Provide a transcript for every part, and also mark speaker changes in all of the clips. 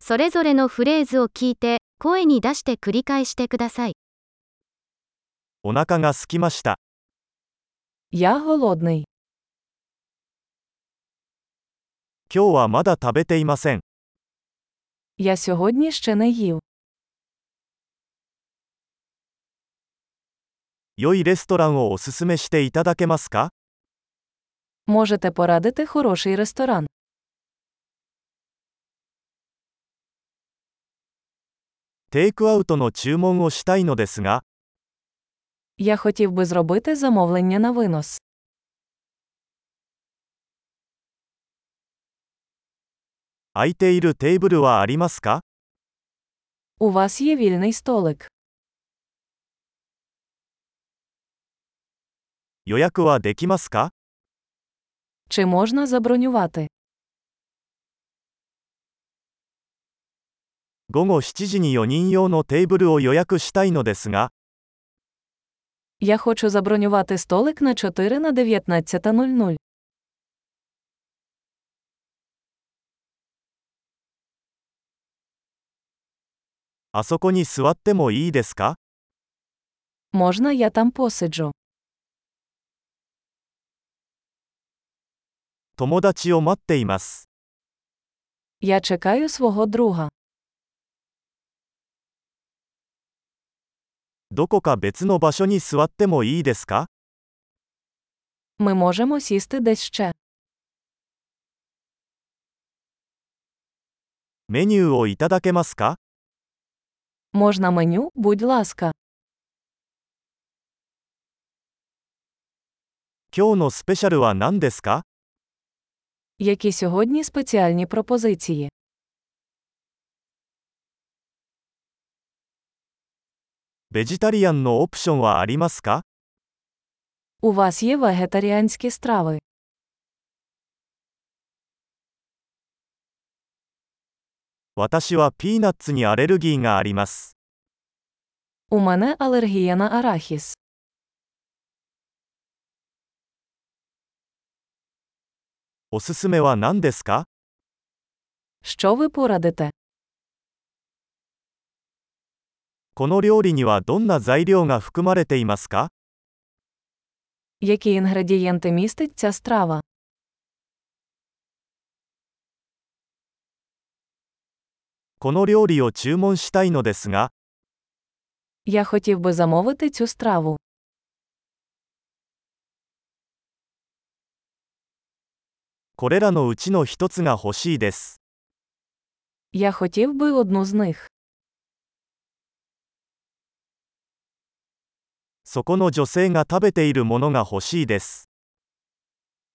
Speaker 1: それぞれのフレーズを聞いて、声に出して繰り返してください。
Speaker 2: お腹が空きました。
Speaker 3: Я голодний.
Speaker 2: 今日はまだ食べていません。
Speaker 3: Я сьогодні ще не їв.
Speaker 2: 良いレストランをおすすめしていただけますか
Speaker 3: Можете порадити хороший ресторан.
Speaker 2: テイクアウトの注文をしたいのですが、
Speaker 3: Я хотів би зробити замовлення на винос.
Speaker 2: 空いているテーブルはありますか
Speaker 3: У вас є вільний столик.
Speaker 2: 予約はできますか
Speaker 3: Чи можна забронювати?
Speaker 2: 午後7時に4人用のテーブルを予約したいのですが、
Speaker 3: Я хочу забронювати столик на 4 на 19.00.
Speaker 2: あそこに座ってもいいですか
Speaker 3: Можна я там посиджу?
Speaker 2: 友達を待っています。
Speaker 3: Я чекаю свого друга.
Speaker 2: どこか別の場所に座ってもいいですか
Speaker 3: Ми можемо сісти десь ще.
Speaker 2: メニューをいただけますか
Speaker 3: Можна меню, будь ласка.
Speaker 2: 今日のスペシャルは何ですか
Speaker 3: Які сьогодні спеціальні пропозиції?
Speaker 2: ベジタリアンのオプションはありますか
Speaker 3: У вас є вегетаріанські страви.
Speaker 2: 私はピーナッツにアレルギーがあります。
Speaker 3: У мене алергія на арахіс.
Speaker 2: おすすめは何ですか
Speaker 3: Що ви порадите?
Speaker 2: この料理にはどんな材料が含まれていますか
Speaker 3: Які інгредієнти містить ця страва?
Speaker 2: この料理を注文したいのですが、
Speaker 3: Я хотів би замовити цю страву.
Speaker 2: これらのうちの一つが欲しいです。
Speaker 3: Я хотів би одну з них.
Speaker 2: そこの女性が食べているものが欲しいです。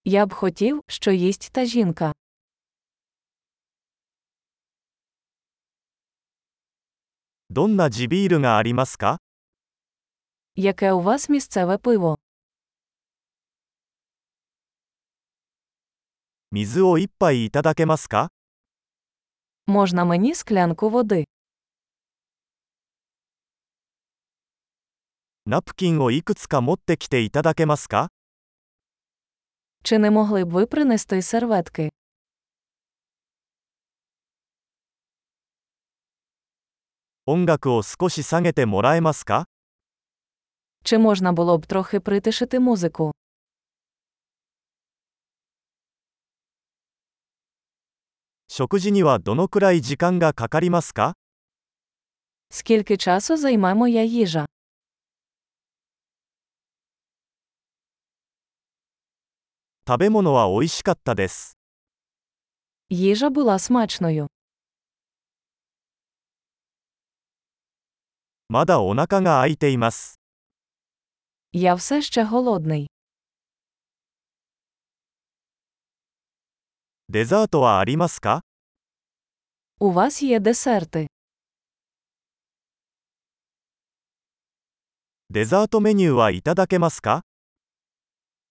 Speaker 3: Я б хотів, що їсть та жінка.
Speaker 2: どんな地ビールがありますか
Speaker 3: Яке у вас місцеве пиво?
Speaker 2: 水を一杯いただけますか
Speaker 3: Можна мені склянку води?
Speaker 2: ナプキンをいくつか持ってきていただけますか
Speaker 3: Чи не могли б ви принести серветки?
Speaker 2: 音楽を少し下げてもらえますか
Speaker 3: Чи можна було б трохи притишити музику?
Speaker 2: 食事にはどのくらい時間がかかりますか
Speaker 3: Скільки часу займе моя їжа?
Speaker 2: 食べ物は美味しかったです。
Speaker 3: Їжа була смачною.
Speaker 2: まだお腹が空いています。
Speaker 3: Я все ще голодний.
Speaker 2: デザートはありますか
Speaker 3: У вас є десерти.
Speaker 2: デザートメニューはいただけますか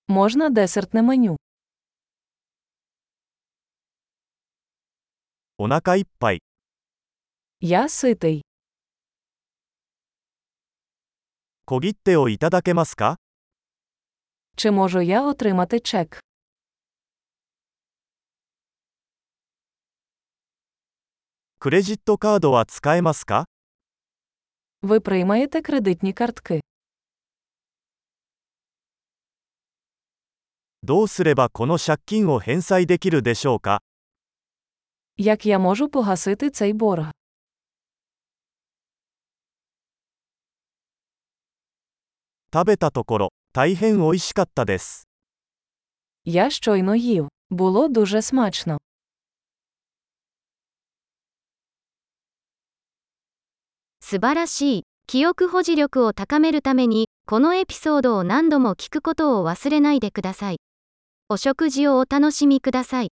Speaker 3: Можна десертне меню.
Speaker 2: お腹いっぱい。
Speaker 3: Я ситий.
Speaker 2: 小切手をいただけますか
Speaker 3: Чи можу я отримати чек?
Speaker 2: ククレジットカードは使えますか
Speaker 3: Ви приймаєте кредитні картки.
Speaker 2: どうすればこの借金を返済できるでしょうか
Speaker 3: Як я можу погасити цей борг?
Speaker 2: 食べたところ、大変美味しかったです。
Speaker 3: Я щойно їв. Було дуже смачно.
Speaker 1: 素晴らしい。記憶保持力を高めるために、このエピソードを何度も聞くことを忘れないでください。お食事をお楽しみください。